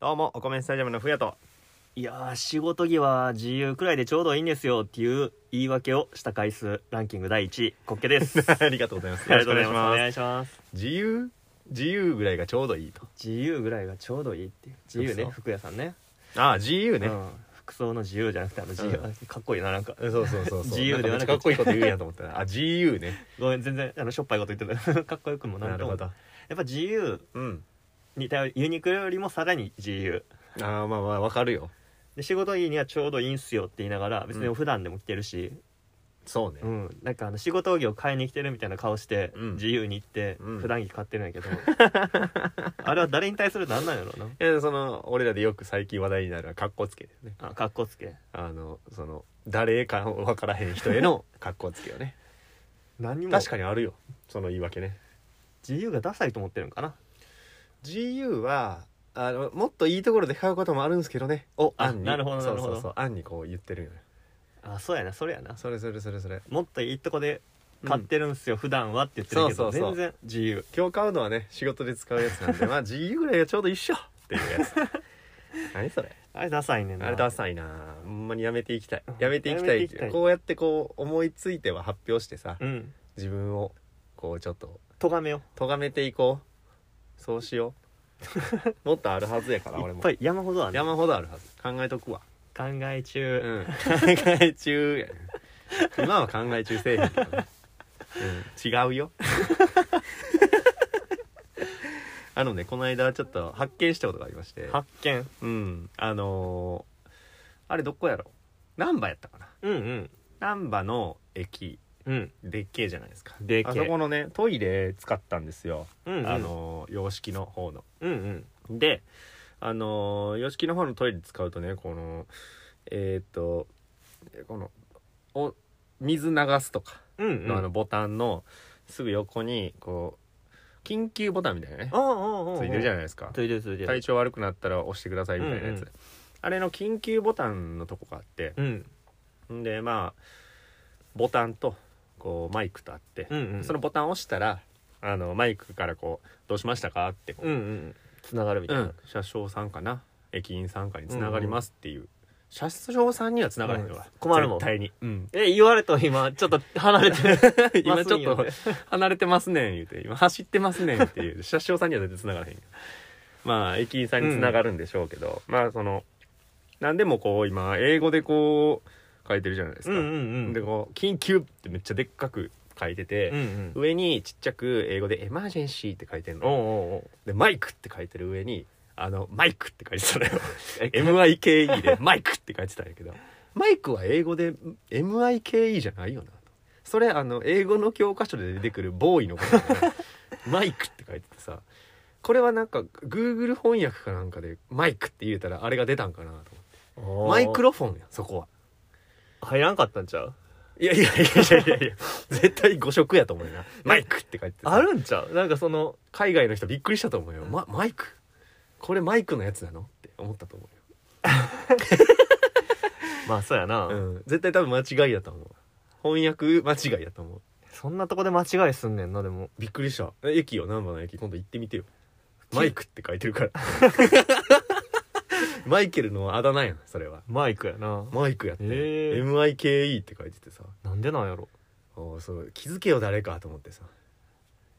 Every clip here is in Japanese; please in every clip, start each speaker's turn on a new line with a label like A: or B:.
A: どうも、お米スタジアムのふやと。
B: いやー仕事着は自由くらいでちょうどいいんですよっていう言い訳をした回数ランキング第1位コッケです あ
A: ありがとうございます。
B: りがとうござい
A: よろしく
B: ますお
A: お願
B: 願
A: いし
B: いします
A: ます。自由自由ぐらいがちょうどいいと。
B: 自由ぐらいがちょうどいいっていう自由ね
A: そうそう
B: 服屋さんね
A: ああ、自由ね
B: う。ん、服装の自由じゃなくてあの自由、
A: うん
B: かっこいいななんか
A: そうそうそうそう。
B: 自由ではなく
A: んかめっちゃかっこいいこと言うんやと思ったら。あ、自由 ね。
B: ごめん全然あのしょっぱいこと言ってた かっこよくもな
A: なん
B: と
A: る
B: も
A: ほ
B: や
A: ど。
B: っぱ自由
A: うん。
B: に頼るユニクロよりもさらに自由
A: ああ、まあまあ、わかるよ。
B: で仕事着にはちょうどいいんすよって言いながら別
A: うん
B: に普段でも着てるし、
A: そうね
B: う。んなんかあの仕事着を買いに来てるみたいな顔して
A: うん
B: 自由に行って
A: うん
B: 普段着買ってるんやけ ど、あれは誰に対するなんなんやろうない
A: やその俺らでよく最近話題になるのはかっこつけですね
B: あかっこつけ
A: あのその誰か分からへん人へ のかっこつけよね
B: 何も
A: 確かにあるよその言い訳ね
B: 自由がダサいと思ってるんかな
A: GU はあのもっといいところで買うこともあるんですけどねお
B: あ
A: あんに
B: なるほどなるほど
A: そうそうそうあんにこう言ってるよね
B: あそうやなそれやな
A: それそれそれそれ
B: もっといいとこで買ってるんすよ、普段はって言ってるけ
A: そ
B: ど
A: うそうそう
B: 全然自由
A: 今日買うのはね仕事で使うやつ なんでまあ GU ぐらいがちょうど一緒っていうやつ何それ
B: あれダサいねんな
A: あれダサいなほんまにやめていきたいやめていきた
B: や
A: い
B: めていきたい
A: こうやってこう思いついては発表してさ
B: うん
A: 自分をこうちょっと
B: とがめよ
A: 咎めていこうそうしよ うもっとあるはずやから
B: い
A: 俺
B: っ
A: も
B: ぱい山ほどある
A: 山ほどあるはず考えとくわ、
B: 考え
A: う
B: 中、
A: ん、考え中やね今は考え中せえへんけどね、うん、違う よあのねこの間ちょっと発見したことがありまして
B: 発見
A: うんあのーあれどこやろ難波やったかな
B: うんうん
A: 難波の駅
B: うん
A: でっけえじゃないですか
B: でっけえ
A: あそこのねトイレ使ったんですよ、
B: うんうん
A: あのー洋式の方の
B: うんうん
A: であのー、洋式の方のトイレ使うとねこのえーっとこのお水流すとか
B: うんう
A: の,、
B: ん
A: あのボタンのすぐ横にこう緊急ボタンみたいなね
B: ああああ
A: ついてるじゃ
B: ない
A: ないですか
B: ついてるついて
A: 体
B: る
A: 調悪くなったら押してくださいみたいなやつ、
B: うんうん
A: あれの緊急ボタンのとこがあって
B: うん
A: んでまあボタンとこうマイクとあって
B: う、んうん
A: そのボタンを押したらあのマイクからこう「どうしましたか?」ってこう、
B: うんうんつながるみたいうなん
A: 車掌さんかな駅員さんかにつながりますっていう、車掌さんにはつながらへんわ、
B: うん困るもん
A: 絶対に、うん、
B: え言われと今ちょっと離れて
A: 今ちょっ
B: ま
A: と
B: す
A: 離れてますねん言うて今走ってますねんっていう車掌さんには絶対つながらへんよまあ駅員さんにつながるんでしょうけど、まあその何でもこう今英語でこう書いてるじゃないです
B: う
A: か、
B: んうんうん
A: でこう「緊急」ってめっちゃでっかく書いてて、
B: うんうん
A: 上にちっちゃく英語で「エマージェンシー」って書いてん
B: おう
A: の
B: おう
A: でマイクって書いてる上にあのマイクって書いてたのよ MIKE でマイクって書いてたんやけどマイクは英語で MIKE じゃないよなとそれあの英語の教科書で出てくるボーイのことだからマイクって書いててさこれはなんか Google 翻訳かなんかでマイクって入れたらあれが出たんかなと思って
B: おう
A: マイクロフォンやそこは
B: 入らんかったんちゃう
A: いやいやいやいやいやいや絶対誤植やと思うよなマイクって書いててさ
B: あるんちゃうなんかその
A: 海外の人びっくりしたと思うよ、ま、マイクこれマイクのやつなのって思ったと思
B: まあそうやな、
A: うよ、うん、絶対多分間違いやと思う翻訳間違いやと思う
B: そんなとこで間違いすんねんなでも
A: びっくりしたえ駅よ難波の駅今度行ってみてよマイクって書いてるから マイケルのあだ名やんそれは
B: マイクやな
A: マイクやって、
B: へえ
A: MIKE って書いててさ
B: なんでなんやろ
A: おーそう気づけよ誰かと思ってさ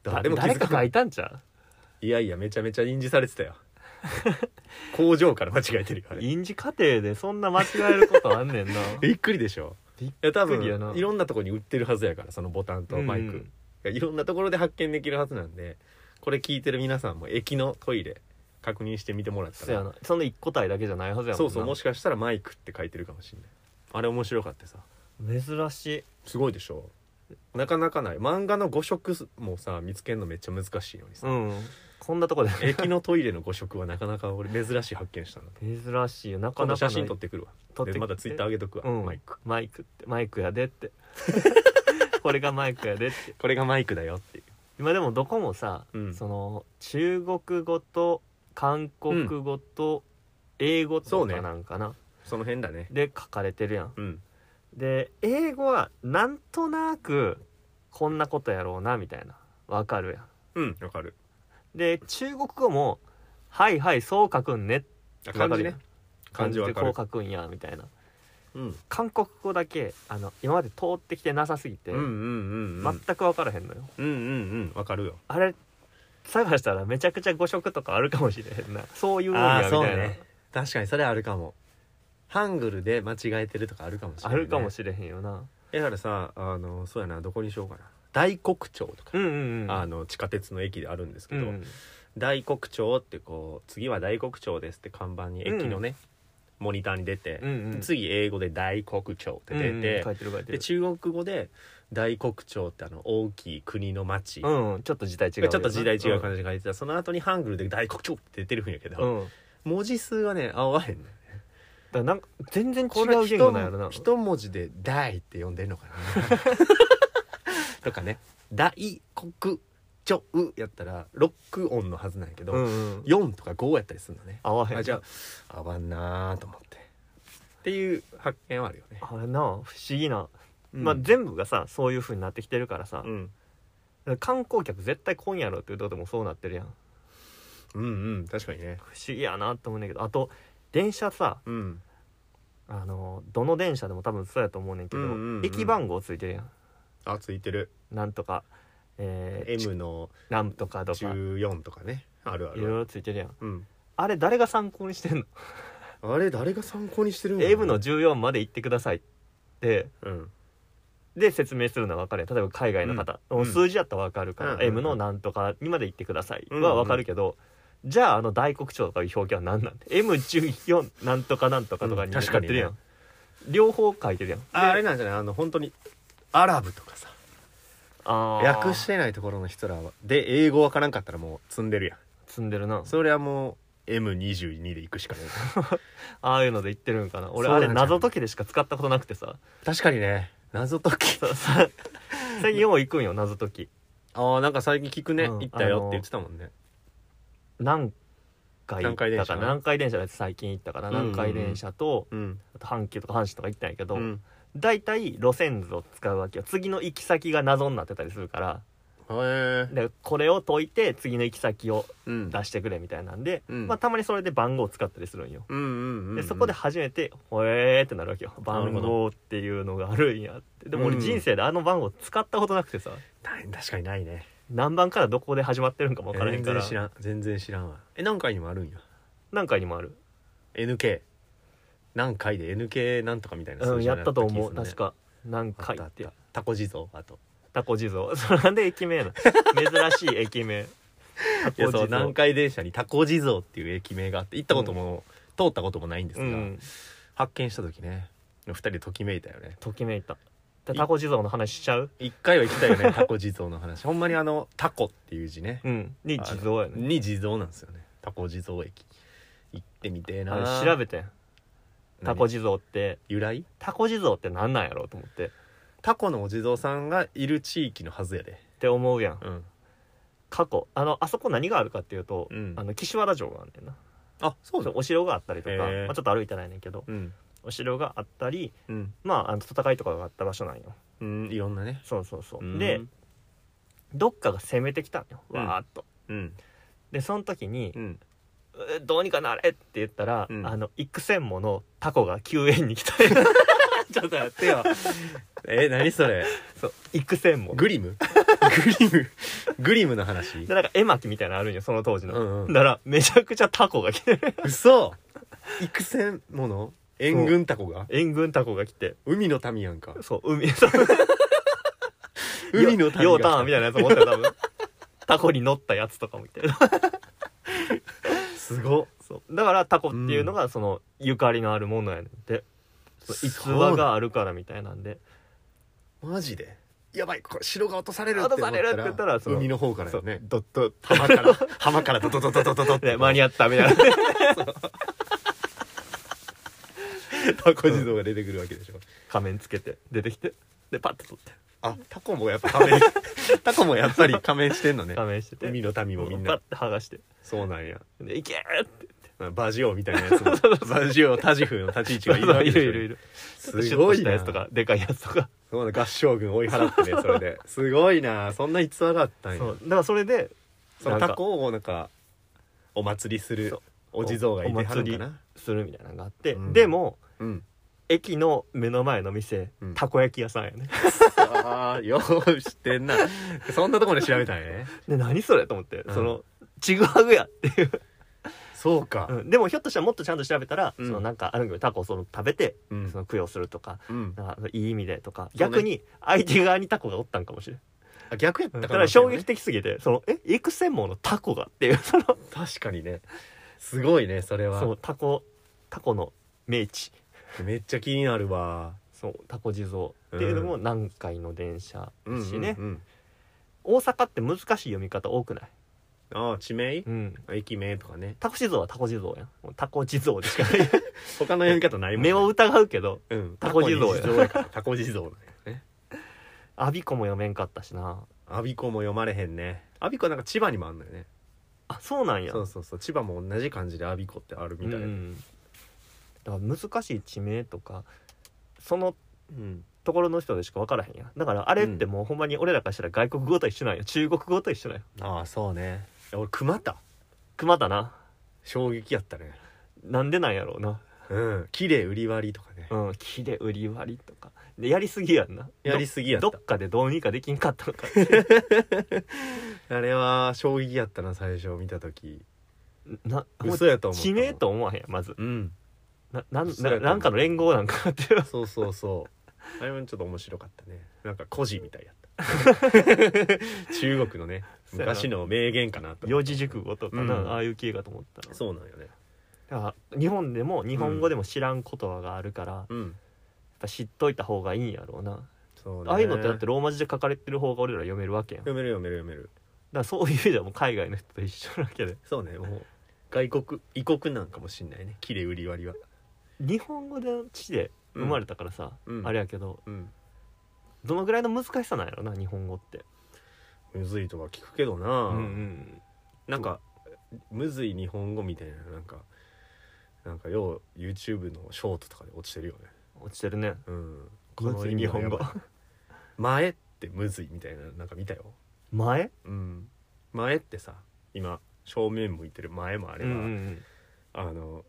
A: 誰
B: 誰
A: も気
B: 誰
A: づ
B: か
A: か
B: 書
A: ない
B: いたんちゃ
A: いやいやめちゃめちゃ印字されて たよ工場から間違えてるよあ
B: う
A: れ
B: 印字過程でそんな間違えることあ んねんな
A: びっくりでしょ
B: びっ
A: いや多
B: びっくりや
A: 分
B: ない
A: ろんなとこに売ってるはずやからそのボタンとマイク、
B: うん
A: いろんなところで発見できるはずなんでこれ聞いてる皆さんも駅のトイレ確認してみてもらった
B: そうや
A: ら
B: なその一個体だけじゃないはずやもん
A: そう
B: な
A: そうもしかしたらマイクって書いてるかもしれないあれ面白かったさ
B: 珍しい
A: すごいでしょなかなかない漫画の語色もさ見つけるのめっちゃ難しいのに さ、
B: うんこんなとこで
A: 駅のトイレの語色はなかなか俺珍しい発見したんだ
B: 珍しいよなか
A: 今
B: な
A: 度
B: かな
A: 写
B: い
A: 真撮ってくるわ
B: 撮って
A: で
B: きて
A: またツイッター上げとくわ、
B: うん
A: マイク
B: マイクってマイクやでって これがマイクやでって
A: これがマイクだよっていう
B: 今でもどこもさ、
A: うん
B: その中国語と韓国語と英語
A: そ
B: と
A: うね
B: かなんかな、
A: その辺だね
B: で書かれてるやん
A: うん
B: で英語はなんとなくこんなことやろうなみたいなわかるや
A: うんわかる
B: んで中国語も「はいはいそう書くんね」っ
A: あ漢字ね漢
B: 漢
A: 字
B: 字
A: わ
B: で
A: か
B: こ
A: る
B: う書くんやみたいな
A: うん
B: 韓国語だけあの今まで通ってきてなさすぎて、
A: うんうんうんうん
B: 全く分からへんのよ
A: うんうんうんわかるよ
B: あれ探したらめちゃくちゃ誤色とかあるかもしれへんな そういうもんや
A: あ
B: み
A: あ
B: たい
A: そう
B: な、
A: ね確かにそれあるかもハングルで間違えてるとかあるかもしれ
B: あ
A: ない、ね、
B: るかもしれへんよな
A: れだからさあのそうやなどこにしようかな大黒町とか、
B: うんうんうん
A: あの地下鉄の駅であるんですけ
B: う
A: ど、
B: ん
A: 大黒町ってこう次は大黒町ですって看板に駅のね、モニターに出て、
B: うんうん
A: 次英語で大黒町って出て、
B: うんうん書いてる書いて
A: で
B: る
A: 中国語で大黒町ってあの大きい国の町、
B: うんうんちょっと時代違う
A: ちょっと時代違う
B: じ
A: 感じで書いてた、その後にハングルで大黒町って出てるんやけど、
B: うん、うんだか
A: 文字数はね合わへんね
B: らなんか全然違
A: これ
B: う言語なんやろな
A: 一一文字で「大」って呼んでんのか なとかね「大黒町」やったらロック音のはずなんやけど、
B: うんうん
A: 4とか5やったりするのね
B: 合わへん
A: あじゃあ合わんなーと思ってっていう発見はあるよね、
B: あれな不思議な、
A: うん
B: まあ全部がさそういう風になってきてるからさ
A: う、ん、
B: 観光客絶対来んやろっていうとこでもそうなってるやん
A: うんうん確かにね
B: 不思議やなと思うねんだけどあと電車さ
A: うん
B: あのどの電車でも多分そうやと思うねんけど、
A: うんうんうん
B: 駅番号ついてるやん
A: あついてる
B: なんとかえー、
A: M の
B: なんとかとかい
A: 14とかねあるあ
B: ろい
A: る、
B: ろついてるやん
A: うん、
B: あれ誰が参考にしてんの、
A: あれ誰が参考にしてるん
B: M の14まで行ってくださいって
A: うん
B: で説明するのは分かるやん例えば海外の方、
A: ん
B: もう数字やったら分かるから、
A: うんうんうん
B: M のなんとかにまで行ってください
A: うんうん
B: は分かるけど、じゃああの大黒町とかいう表記は何なん M14 なんとかなんとかとか
A: うん
B: になっ
A: 確か
B: て
A: にね
B: るやん、両方書いてるやん
A: ああれなんじゃないあの本当にアラブとかさ
B: あー
A: 訳してないところの人らはで英語わからんかったらもう積んでるやん
B: 積んでるな
A: それはもう M22 で行くしかない
B: ああいうので言ってるんかな俺
A: そう
B: あ
A: なんじ
B: れ
A: ゃん
B: 謎解きでしか使ったことなくてさ
A: 確かにね謎解き
B: ささ最近よう行くんよ謎解き
A: ああなんか最近聞くね、
B: うん
A: 行ったよって言ってたもんね
B: 何回行
A: 南海
B: っ
A: 電
B: た
A: 車
B: かな南海電車だって最近行ったから
A: うんうんうん
B: 南海電車と、
A: うん
B: あと阪急とか阪神とか行ったんやけど、
A: うん
B: 大体路線図を使うわけよ次の行き先が謎になってたりするから
A: へえ
B: でこれを解いて次の行き先を
A: うん
B: 出してくれみたいなんで、
A: うん
B: まあ、たまにそれで番号を使ったりするんよ
A: うんうんうんうん
B: でそこで初めて「ほえー」ってなるわけよ
A: なる
B: 番
A: ほど
B: 号っていうのがあるんやってでも
A: う
B: 俺
A: ん
B: 人生であの番号使ったことなくてさ
A: ない確かにないね
B: 何番からどこで始まってるんかも分からへん
A: 全然
B: から
A: 知らん全然知らんわえ何回にもあるんや
B: 何回にもある、
A: NK 何回で NK なんとかみたいな
B: うん、
A: じゃ
B: や
A: な
B: っ
A: か
B: たと
A: 気
B: 思
A: す
B: う
A: るね
B: 確か何
A: あっ
B: 回
A: たあ
B: っ
A: ってたタコ地蔵あと
B: タコ地蔵それなんで駅名なの珍しい駅名タ
A: いや
B: コ
A: そう
B: 地蔵
A: 南海電車にタコ地蔵っていう駅名があって行ったことも、通ったこともないんです
B: う
A: が、
B: ん
A: 発見した時ね二人でときめいたよね
B: ときめいたでタコ地蔵の話しちゃう
A: 一回は行きたいよ ねタコ地蔵の話ほんまにあのタコっていう字ね
B: うんに地蔵やね
A: に地蔵なんですよねタコ地蔵駅行ってみてえな
B: あれ調べてんタコ
A: 何
B: 地蔵って
A: 由来
B: タコ地蔵って何なんやろうと思ってっ
A: タコのお地蔵さんがいる地域のはずやで
B: て思うやん
A: うん
B: 過去あのあそこ何があるかっていうと、
A: うん
B: あの岸和田城があるんだよな
A: あそ
B: そうお城があったりとか、
A: へー
B: まあ、ちょっと歩いてないねんけど
A: うん
B: お城があったり
A: うん、
B: まああの戦いとかがあった場所なんよ
A: うん、いろんなね
B: そうそうそ
A: う
B: う、
A: ん
B: でどっかが攻めてきたんよ
A: うん
B: わーっと、
A: うん
B: でその時に
A: う、 ん
B: えどうにかなれって言ったら、
A: うん
B: あの幾千ものタコが救援に来た よ
A: ちょっと待ってよ え何それ
B: そう幾千も で
A: グリムグリムグリムの話
B: なんか絵巻きみたいなのあるんよその当時の、
A: うんうん
B: だからめちゃくちゃタコが来て
A: 嘘幾千もの援軍タコが
B: 援軍タコが来て
A: 海の民やんか
B: そう海 そう
A: 海の民
B: ようたんみ
A: が
B: たいなやつ持ってた多分タコに乗ったやつとかもいて
A: すごっ
B: そうだからタコっていうのがそのゆかりのあるものやねんて、そう逸話があるからみたいなんで
A: マジでやばいこれ城が落とされるって思ったら
B: 落とされるって言ったらその
A: 海の方から
B: そ
A: よ
B: う
A: ね
B: ドッと
A: 浜から 浜からドドドドドドドって
B: で間に合ったみたいな
A: タコ地蔵が出てくるわけでしょ
B: 仮面つけて出てきてでパッと取って
A: あタコもやっぱ仮面 タコもやっぱり仮面してんのね
B: 仮面してて
A: 海の民もみん
B: パ
A: な
B: ッて剥がして
A: そうなんや
B: でいけーって
A: バジオみたいな やつもバジオタジフの立ち位置がいるわけ
B: い
A: でしょ
B: るいるいる
A: すご
B: シュッとし
A: い
B: た
A: な
B: やつとかでかいやつとか
A: そうなんだ合唱軍追い払ってねそれ ですごいなそんな逸話があったんや
B: そうだからそれで
A: そのタコをなんかお祭りす
B: そ
A: る
B: う
A: お地蔵がいてはるんかな
B: するみたいなのがあって、
A: うん
B: でも
A: うん
B: 駅の目の前の店、
A: うん
B: たこ焼き屋さんやね
A: ああよう知ってんなそんなところで調べたんやね
B: で何それと思って、
A: うん
B: そのちぐはぐやっていう、
A: そうか
B: うんでもひょっとしたらもっとちゃんと調べたら、
A: うん
B: そのなんかあるんけどタコをその食べて、
A: うん
B: その供養するとか
A: うん
B: なんかいい意味でとか、
A: そうね
B: 逆に相手側にタコがおったんかもしれん
A: あ逆やった
B: だ
A: か
B: か
A: も
B: ら
A: しれ
B: 衝
A: ない
B: 撃的すぎてそのえ幾千ものタコがっていうその
A: 確かにねすごいねそれは
B: そうタコタコの名地
A: めっちゃ気になるわ
B: そうタコ地蔵っていうのも南海の電車
A: うんうん
B: だしね、
A: うん
B: 大阪って難しい読み方多くない、
A: ああ地名
B: うん、
A: 駅名とかね
B: タコ地蔵はタコ地蔵やんもうタコ地蔵でしかな
A: 他の読み方ない
B: い
A: もん、
B: 目を疑うけど
A: うん
B: タコ地蔵や
A: タコやからタコ地蔵なんやね
B: アビコも読めんかったしな
A: アビコも読まれへんねアビコはなんか千葉にもあんのよね
B: あそうなんや
A: そうそうそう千葉も同じ感じでアビコってあるみたいな、
B: うんだから難しい地名とかその
A: うん
B: ところの人でしか分からへんやんだからあれってもうほんまに俺らからしたら外国語と一緒なんや中国語と一緒なんや
A: ああそうねいや俺熊田
B: 熊だな
A: 衝撃やったね
B: なんでなんやろうな
A: うん綺麗売り割りとかね
B: うん木で売り割りとかでやりすぎやんな
A: やりすぎやった
B: どどっかでどうにかできんかったのか
A: あれは衝撃やったな最初見た時
B: なもう
A: 嘘やと思った
B: 地名と思わへんやんまず
A: うん
B: ななん
A: そうやと
B: な
A: 思う
B: なんかの連合なんかなっていう
A: そうそうそうあれもちょっと面白かったねなんか孤児みたいやった 中国のね
B: そうやな
A: 昔の名言かなと
B: 四字熟語とかな、
A: うん
B: ああいう系かと思ったら
A: そうなんよね
B: だから日本でも日本語でも知らん言葉があるから、やっ
A: うん
B: ぱ知っといた方がいいんやろうな
A: そうね
B: ああいうのってだってローマ字で書かれてる方が俺ら読めるわけやんだか
A: 読める読める読める
B: らそういう意味ではもう海外の人と一緒なわけで
A: そうねもう外国異国なんかもしんないね綺麗売り割りは
B: 日本語で地で生まれたからさ、
A: うん
B: あれやけど
A: うん
B: どのぐらいの難しさなんやろな日本語って
A: むずいとは聞くけどな、
B: うんうん
A: なんかむずい日本語みたいななんかなんかよう YouTube のショートとかで落ちてるよね
B: 落ちてるね
A: うん
B: むずい日本語
A: この意味はやばい前ってむずいみたいななんか見たよ
B: 前
A: うん前ってさ今正面向いてる前もあ
B: あ
A: れば、あの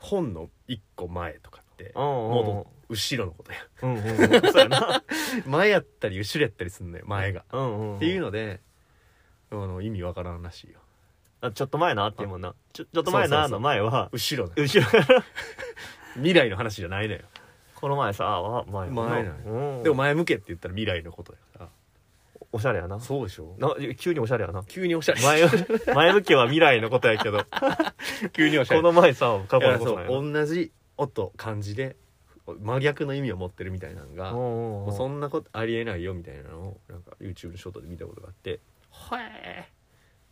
A: 本の一個前とかって
B: 戻
A: 戻後ろのことや
B: うんうんうんそう やな
A: 前やったり後ろやったりすんのよ前が、
B: うんうん
A: っていう
B: の
A: のであの意味わからんらしいよ
B: あちょっと前なっていうもんなちょちょっと前
A: そうそうそ
B: な
A: う
B: の前は
A: 後ろだよ
B: 後ろから
A: 未来の話じゃないのよ
B: この前さあわ前やな
A: 前なんや
B: うん
A: でも前向けって言ったら未来のことやから
B: おしゃれやな
A: そうでしょ
B: な急におしゃれやな
A: 急におしゃれ
B: 前 前向きは未来のことやけど
A: 急におしゃれ
B: この前さ過
A: い
B: 去
A: や
B: のこと
A: そ
B: なん
A: う
B: やな
A: 同じ音漢字で真逆の意味を持ってるみたいなのが
B: うんうん
A: もう
B: う
A: そ
B: ん
A: んなことありえないよみたいなのをなんか YouTube のショートで見たことがあってへえ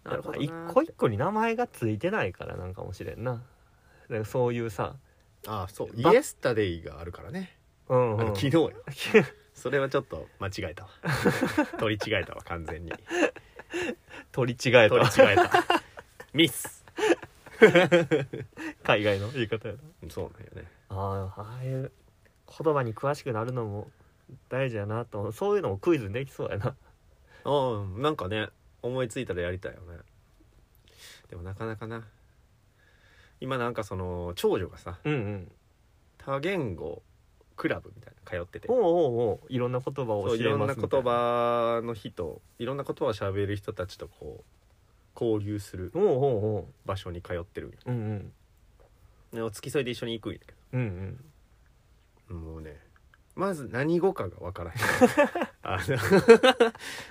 A: なるほど
B: 一個一個に名前がついてないからなんかもしれんななんかそういうさ
A: ああそうイ
B: ば
A: エスタデイがあるからね、
B: うん
A: あ
B: う
A: の
B: ん
A: 昨日 やそれはちょっと間違え たわ取り違えたわ完全に
B: 取り違え
A: 取
B: た
A: り違えたミス
B: 海外の言い方やな
A: そうなんよね
B: ああああいう言葉に詳しくなるのも大事やなと思うそういうのもクイズにできそうやな
A: ああなんかね思いついたらやりたいよねでもなかなかな今なんかその長女がさ
B: うんうん
A: 多言語クラブみたいなの通ってて
B: おうおうおういろんな言葉を
A: そう
B: 教えます
A: いろんな
B: みた
A: 言
B: いな
A: 葉の人いろんな言葉を喋る人たちとこう交流する
B: おうおうおう
A: 場所に通ってるんよ
B: うんうん
A: で付き添いで一緒に行くんやけ
B: うんうん
A: どもうねまず何語かが分 からへんあの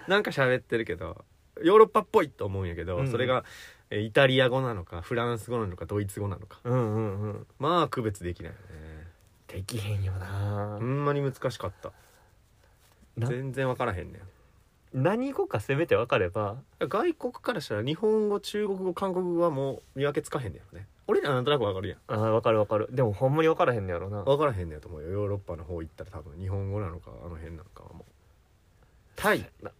A: なんか喋ってるけどヨーロッパっぽいと思うんやけど、
B: うん
A: それがえイタリア語なのかフランス語なのかドイツ語なのか
B: うんうんうん
A: まあ区別できないよね
B: できへんよな
A: ほんまに難しかった
B: な
A: 全然分からへんねん
B: 何語かせめて分かれば
A: 外国からしたら日本語中国語韓国語はもう見分けつかへんねやろね俺らなんとなくわかるやん
B: ああ分かる分かるでもほんまに分からへんのやろな
A: わからへんねやと思うよヨーロッパの方行ったら多分日本語なのかあの辺なのかはもうタイ
B: な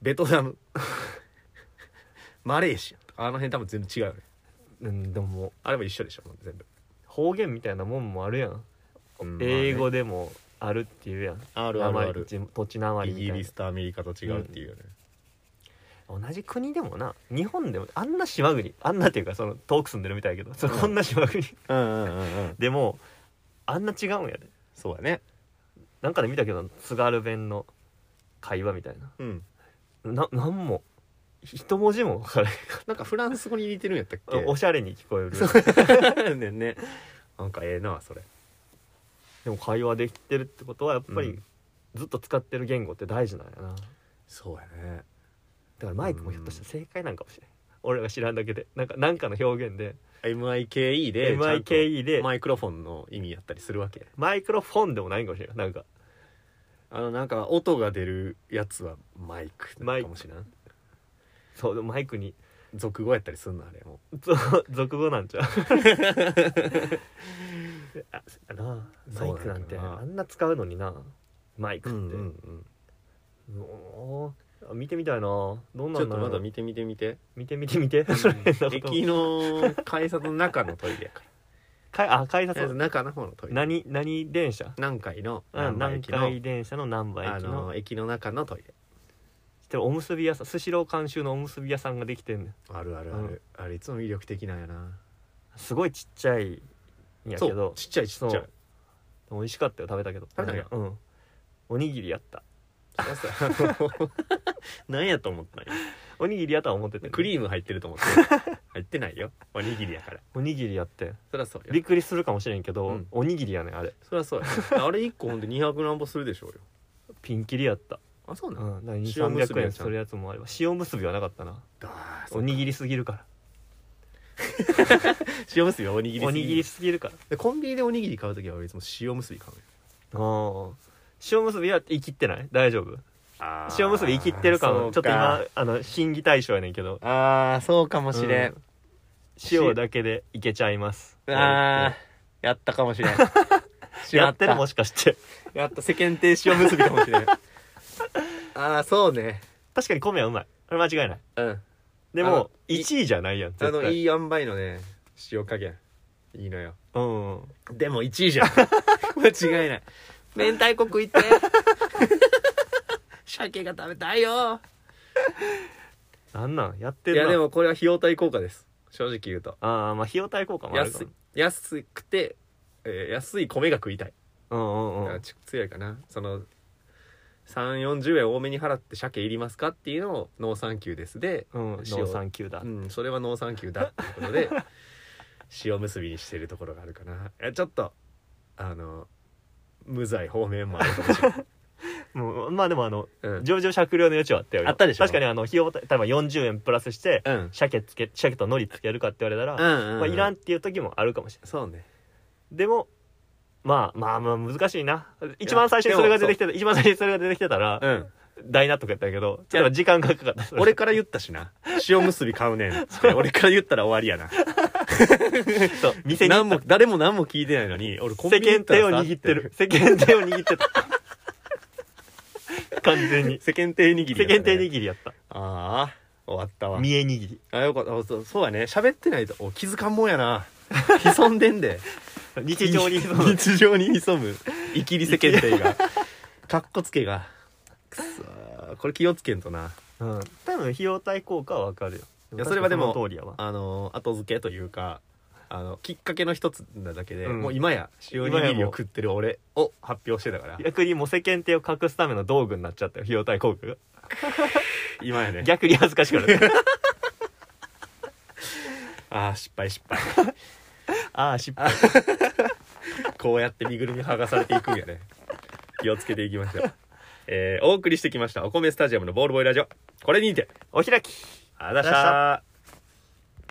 A: ベトナムマレーシアとかあの辺多分全部違うよね
B: うんでももう
A: あれも一緒でしょもう全部、
B: 方言みたいなもんもあるやん
A: うん
B: 英語でもあるっていうやん
A: まあねあるあるあ
B: 訛り
A: る
B: 地土地なまり
A: イ
B: みたい
A: ギ
B: な
A: リスとアメリカと違うっていうよね、
B: 同じ国でもな日本でもあんな島国あんなっていうかその遠く住んでるみたいやけどその
A: うん
B: こんな島国
A: うんうんうんうん
B: でもあんな違うんやで
A: そうだね
B: なんかで見たけど津軽弁の会話みたいな
A: うん
B: ななんも一文字も分からへん
A: なんかフランス語に似てるんやったっ
B: おしゃれに聞こえる
A: けねね なんかええなそれ
B: でも会話できてるってことはやっぱ
A: う
B: り
A: ん
B: ずっと使ってる言語って大事なんやなだ
A: そうやね
B: からマイクもひょっとしたら正解なんかもしれん俺らが知らんだけでなんかなんかの表現で
A: MIKE で
B: MIKE
A: ちゃん
B: で
A: とマイクロフォンの意味やったりするわけ
B: マイクロフォンでもないんかもしれんなんか
A: あのなんか音が出るやつはマイクな
B: マ
A: ん
B: イ
A: か
B: ク
A: もしれん
B: そうでもマイクに
A: 俗語やったりすんのあれも
B: ぞ俗語なんち ゃうああなあマイク
A: そう
B: なんて
A: なんだよな
B: あんな使うのになマイク
A: う
B: っ
A: ん
B: て、
A: うん
B: おーあ見てみたいなどん
A: うん
B: な
A: ちょっ
B: ん
A: と
B: だ
A: まだ見て見て見て
B: 見て見て見てそれ変なこと
A: 駅の改札の中のトイレやか
B: かあ改札
A: ら中の方のトイレ
B: 何何電車
A: 何回の
B: うん
A: 何
B: 南
A: 駅の
B: 海電車の難波
A: あ
B: 駅の
A: の駅の中のトイレ
B: でおむすび屋さんスシロー監修のおむすび屋さんができてんねん
A: あるあるあるあれいつも魅力的なんやな
B: すごいちっちゃいんやけ
A: そう
B: ど
A: ちっちゃいちっちゃ
B: そ
A: いう
B: 美味しかったよ食べたけど
A: 食べたんや
B: うんおにぎりやった
A: 何やと思ったんや
B: おにぎりやとは思ってて
A: クリーム入ってると思って 入ってないよおにぎりやから
B: おにぎりやって
A: そりゃそう
B: び
A: よ
B: っくりするかもしれんけど、
A: うん
B: おにぎりやねんあれ
A: そりゃそうやあれ1個ほんで200何歩するでしょうよ
B: ピンキリやった、
A: あそう
B: う
A: なん
B: ん、だから
A: 塩結びや
B: 300円
A: った
B: するやつもあれば塩結びはなかったな
A: だ
B: おにぎりすぎるか
A: 塩結びはおにぎり
B: らおにぎりすぎるから
A: でコンビニでおにぎり買う時は俺いつも塩結び買うよ
B: うん塩結びは生きってない大丈夫塩結び生きってるか
A: そ
B: も
A: う
B: ちょっと今あの審議対象やねんけど
A: あーそうかもしれん、
B: 塩だけでいけちゃいます
A: あーやったかもし れん
B: やってる
A: しま
B: もしかして
A: ったやった世間体塩結びかもしれんあ あそうね
B: 確かに米はうまいあれ間違いない
A: うん
B: で
A: あの
B: も
A: い
B: 1位じゃないやん絶対
A: あのいい塩梅のね塩加減いいのよ
B: うん
A: でも1位じゃん 間違いない明太子食いて 鮭が食べたいよ
B: なんなんやっ
A: い
B: てんな
A: やでもこれは費用対効果です正直言うと
B: ああまあ費用対効果もあるか
A: 安い安くて、えー安い米が食いたい
B: もうんうんう
A: あ
B: ん
A: ち強いかなその3 4 0円多めに払って鮭いりますかっていうのを「ノーサンキューです」で、
B: うん
A: 塩
B: 農産級だ
A: うん、それはノーサンキューだっていうこと で塩結びにしてるところがあるかなえちょっとあの無罪方面もあるかもしれない、
B: もうまあでもあの
A: うん
B: 上場酌量の余地はあったよ
A: あったでしょ
B: 確かにあの費用対例えば40円プラスして
A: うん
B: 鮭つけ鮭と海苔つけるかって言われた
A: う
B: ら、
A: んうんうん
B: まあ、いらんっていう時もあるかもしれない
A: そうね
B: でもまあまあまあ難しいな一番最初にそれが出てきてた一番最初にそれが出てきてたら、
A: うん
B: 大納得やったけどちょっと時間がかかったそれ
A: 俺から言ったしな塩結び買うねんって俺から言ったら終わりやな
B: そう店に
A: 何も誰も何も聞いてないのに俺コンビ
B: 世
A: ニ行
B: 間
A: たら
B: 体
A: さ
B: を握ってる世間体を握ってた完全に
A: 世間体握りやった
B: 世
A: ね
B: 間体握りやった
A: ああ終わったわ
B: 見え握り
A: あよかったあそうそうやね喋ってないとお気づかんもんやな潜んでんで
B: 日常に
A: 日常に潜む生きり世間体がかっこつけがくそーこれ気をつけんとな
B: うん多分費用対効果はわかるよ
A: いやそれはでも
B: 確かにその通りやわ
A: あの後付けというかあのきっかけの一つなだけで、
B: うん
A: もう今や塩握りを食ってる俺を発表してたから
B: 逆にもう世間体を隠すための道具になっちゃったよ費用対効果が
A: 今やね
B: 逆に恥ずかしくなった
A: ああ失敗失敗
B: ああ失敗
A: こうやって身ぐるみ剥がされていくんやね気をつけていきましょう、えーお送りしてきましたお米スタジアムのボールボーイラジオこれにて
B: お開き
A: ありがとうございまし
B: ありがとうござい
A: た